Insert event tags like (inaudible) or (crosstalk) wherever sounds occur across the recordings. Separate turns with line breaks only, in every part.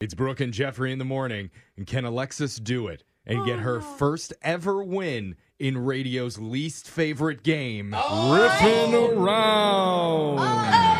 It's Brooke and Jeffrey in the morning. And can Alexis do it and get her
Oh.
first ever win in radio's least favorite game,
Oh.
riffing around?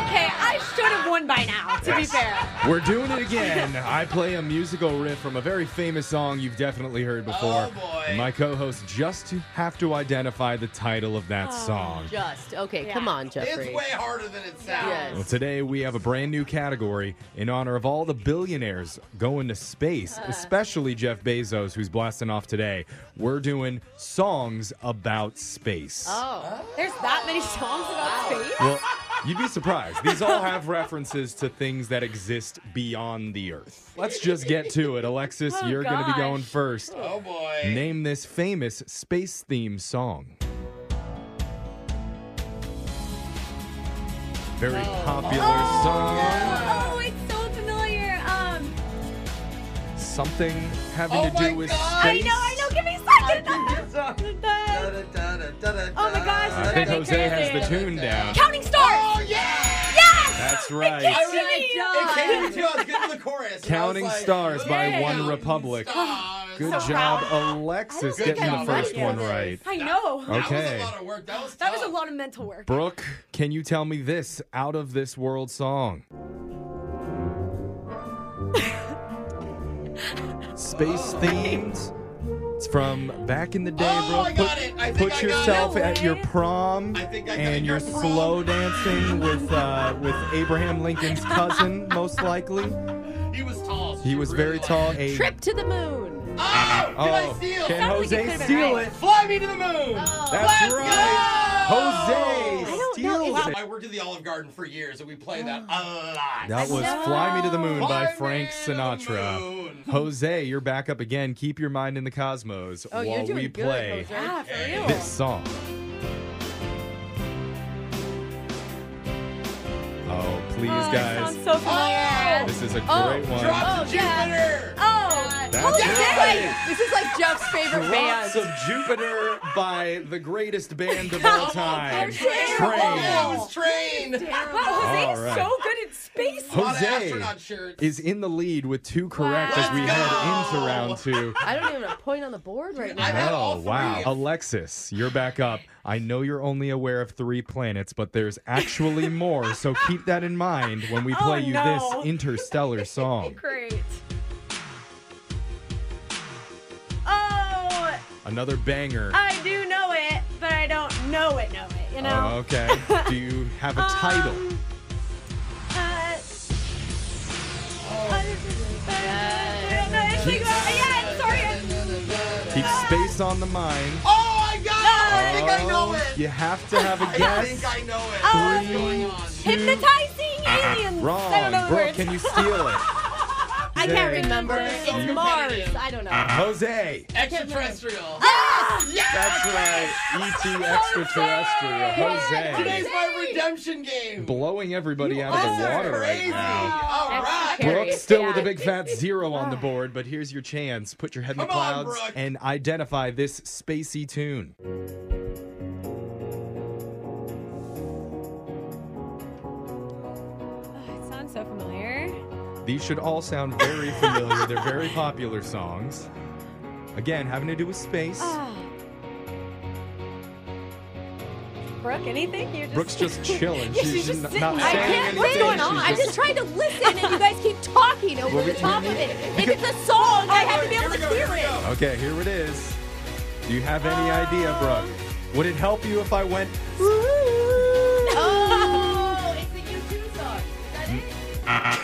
Okay, I should have won by now, to be
Oh.
fair.
We're doing it again. I play a musical riff from a very famous song you've definitely heard before.
Oh, boy.
And My co-host just to have to identify the title of that
Oh,
song.
Just okay.
Yeah.
Come on, Jeffrey.
It's way harder than it sounds.
Well,
yes.
today we have a brand new category in honor of all the billionaires going to space,
Uh.
especially Jeff Bezos, who's blasting off today. We're doing songs about space.
Oh,
There's that many songs about space?
Well, you'd be surprised. These all have references to things that exist beyond the Earth. Let's just get to it. Alexis,
Oh,
you're going to be
gosh.
going first.
Oh boy.
Name this famous space themed song. Very popular song.
Oh, it's so familiar. Um,
something having
Oh
to
my
do with
God.
I
space.
know, I know. Give me a second. (laughs)
Da,
The
da, da, da, da, da,
Oh my gosh,
I
it's
think
driving me
Jose has the
crazy.
tune down.
Counting Stars.
Oh yeah!
Yes!
That's right.
It came to
really
me.
It came to you. I was getting to the chorus. and I
Counting
was like,
Stars by
Yay.
One
Counting
Republic.
Stars.
Good
That
job,
I don't
Alexis,
think
getting
I
the first
like
one
this.
right.
I know.
Okay.
was a lot of work. That was
That was a
tough.
lot of mental work.
Brooke, can you tell me this out of this world song?
(laughs)
Space themed. It's from back in the day,
Oh,
Brooke.
I got it. I think
put
I got
yourself
it.
at your prom,
I think I got
and
your
you're
prom.
slow dancing with uh, with Abraham Lincoln's cousin, most likely.
He was tall.
He
She
was
really
very
liked
tall.
it.
A
trip to the moon.
Oh,
Oh,
did I steal?
can
Sounds like
Jose
it could've been
steal
right.
it?
Fly me to the moon.
That's
Let's
right.
go!
Jose
I
don't know.
steals
Wow.
it.
I worked at the Olive Garden for years, and we played that a lot.
That was
know.
Fly Me to the Moon
Fly
by
me
Frank
to the
Sinatra.
moon.
Jose, you're back up again. Keep your mind in the cosmos
Oh,
while
you're doing
we
good,
play
Jose.
Yeah, for
Okay.
real.
this song. Oh, please,
Oh, that
guys.
sounds so familiar.
This is a
Oh,
great one.
Drop the
Oh, yeah.
Jupiter.
Oh,
That's
Jose!
right.
This is like Jeff's favorite
Drops
band.
of Jupiter by the greatest band of all time,
terrible.
Yeah, it
Train.
was train.
Wow, Jose
All
is
right.
so good at space.
A lot of
Jose
astronaut shirts.
is in the lead with two correct
Wow.
as we
Let's
head
go.
into round two.
I don't even have a point on the board
(laughs)
right
I
now.
got all
Oh,
three.
wow. Alexis, you're back up. I know you're only aware of three planets, but there's actually (laughs) more, so keep that in mind when we play
Oh,
you
no.
this
(laughs)
interstellar song.
(laughs) Great. Oh,
Another banger.
Oh,
I do know it, but I don't know it, know it, you know?
Oh, okay. Do you have a title?
Um, uh,
Oh,
I don't know. It's like, uh, yeah, it's- sorry. it's-
Keep space on the mind.
Oh, I got it. I think I know
Oh,
it.
You have to have a
(laughs) I think
guess.
I know it.
Oh.
What's going on?
Hypnotizing aliens. I don't know
Ah, Wrong.
the
Brooke,
words.
can you steal
(laughs)
it?
I can't
Jose.
remember. It's
competitive.
Mars. I don't know.
Jose.
Extraterrestrial.
Ah!
That's right. E.T. extraterrestrial. Jose.
Today's my redemption game.
Blowing everybody out
This
of
is
the water right
crazy.
now.
All right.
Carrie,
Brooke still with a
yeah.
big fat zero on the board, but here's your chance. Put your head in the
Come on,
clouds
Brooke.
and identify this spacey tune.
Oh, it sounds so familiar.
These should all sound very familiar. They're very popular songs. Again, having to do with space.
Ah. Brooke, anything? You're just
Brooke's
(laughs)
just chilling.
Yeah,
She's,
she's just
not,
sitting
not
there.
I
saying
can't.
anything.
What's going on?
She's
I'm just trying to listen, and you guys keep talking over
Well, we- Oh,
the top of it. If it's a song, I have to be able to hear it.
Okay, here it is. Do you have any idea, Brooke? Would it help you if I went?
Oh, it's
(laughs)
the U2 song.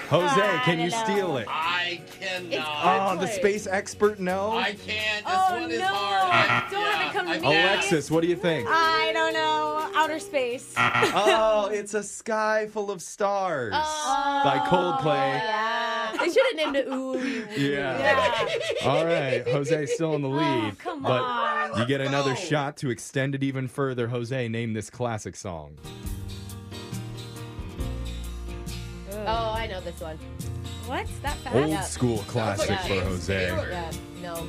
Jose,
I
can
don't
you
know.
steal it?
I
It's-
cannot.
Oh, the space expert, no?
I can't. This
Oh,
one is
no.
hard. I,
Don't
yeah,
have it come
I
to me.
can't.
Alexis, what do you think?
I don't know. Outer space.
oh, it's a sky full of stars
Oh.
by Coldplay.
Yeah. They should have named it Ooh. You
Yeah. All
(laughs)
right, Jose still in the lead,
Oh, come
but
on.
you get another
go.
shot to extend it even further. Jose, name this classic song.
Oh, I know this one.
What's that fast?
Old school
Sounds like
classic for
James
Jose.
Taylor.
Yeah, no.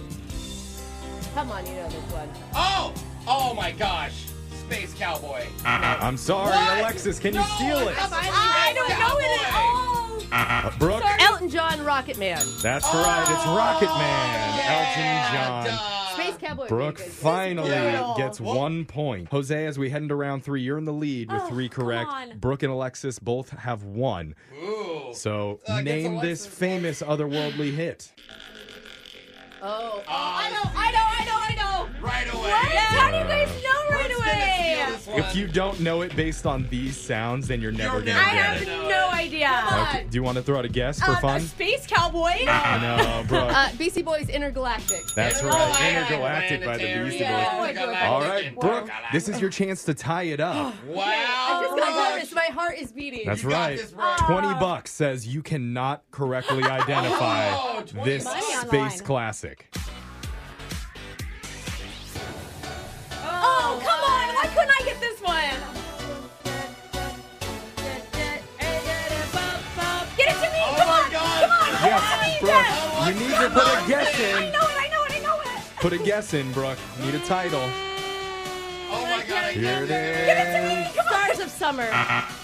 Come on, you know this one.
Oh! Oh my gosh! Space cowboy.
I'm sorry,
What?
Alexis, can you
No,
steal it?
that's-
I don't know it at all.
Brooke.
Elton John, Rocket Man,
That's right. It's Rocket
Oh,
Man.
Yeah,
Elton John.
duh.
Space Cowboy.
Brooke
Bacon.
finally
brutal.
gets
Whoa.
one point. Jose, as we head into round three, you're in the lead with
Oh,
three
come
correct.
on.
Brooke and Alexis both have one.
Ooh.
So
Uh, I guess
name this
Alexis-
famous otherworldly hit.
Oh,
I know, I know, I know, I know.
Right away.
What? How do you guys know right
Brooke's gonna steal
away?
this
If
one.
you don't know it based on these sounds, then you're never
You're
gonna
I
get
never
have
it.
it.
no idea.
Come
Do you want to throw out a guess for
Um,
fun?
A space cowboy.
no, Brooke.
uh, BC Boys, Intergalactic.
That's
Oh,
right.
yeah.
Intergalactic by the
Planetary.
Beastie
Yeah.
Boys.
Oh, my God.
All right,
Galactic.
Brooke, this is your chance to tie it up.
Wow.
I just
Brooke.
got nervous. Oh My heart is beating.
That's
You got
right.
this, Brooke.
20 bucks says you cannot correctly identify
Oh, Oh, 20
this
bucks.
space
Money online.
classic.
Oh, come on. Why couldn't I get this one? Get it to me.
Oh
come
my
on.
God.
Come on. Come
Yes,
on. Yes.
Brooke, you need to put a guess
I
in.
know it. I know it. I know it.
Put a guess in, Brooke. Need a title.
Oh my god. I
Here it
can't-
is.
Stars of Summer.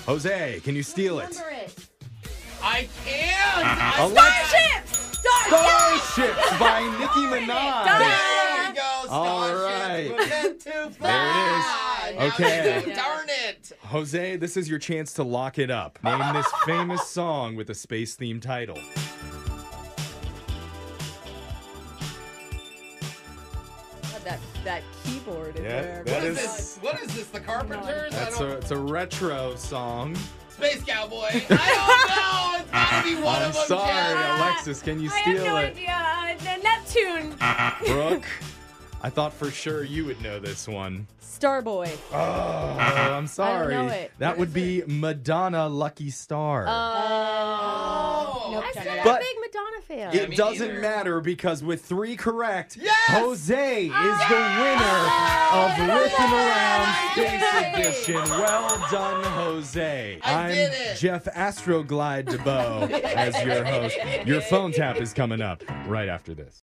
Jose, can you steal it?
Remember it.
I can't. I-
Alexa-
Starships. Stars.
Starships by Nicki Minaj.
There we go.
All
Starships
right.
were meant to (laughs) fly.
is.
Now we
Okay.
do. Darn it.
Jose, this is your chance to lock it up. Name this famous song with a space themed title.
God, that that keyboard in
Yeah,
there.
that
What is
is-
this? What is this? The Carpenters? I
That's a,
don't.
it's a retro song.
Space Cowboy. I don't know. It's gotta be one
I'm
of them.
sorry,
Jen.
Alexis. Can you
I have
steal
no
it?
idea. The Neptune.
Brooke, I thought for sure you would know this one.
Starboy.
Oh, I'm sorry.
know it.
That would be Madonna Lucky Star.
Oh.
Oh. I
Nope, don't
said
know.
But-
I'm a big Madonna fan.
it
me
doesn't
neither.
matter because with three correct,
Yes!
Jose is the winner of Riffing Around Space Edition. Well done, Jose.
I
am
did it.
Jeff
(laughs)
Astroglide DeBoe as your host. Your phone tap is coming up right after this.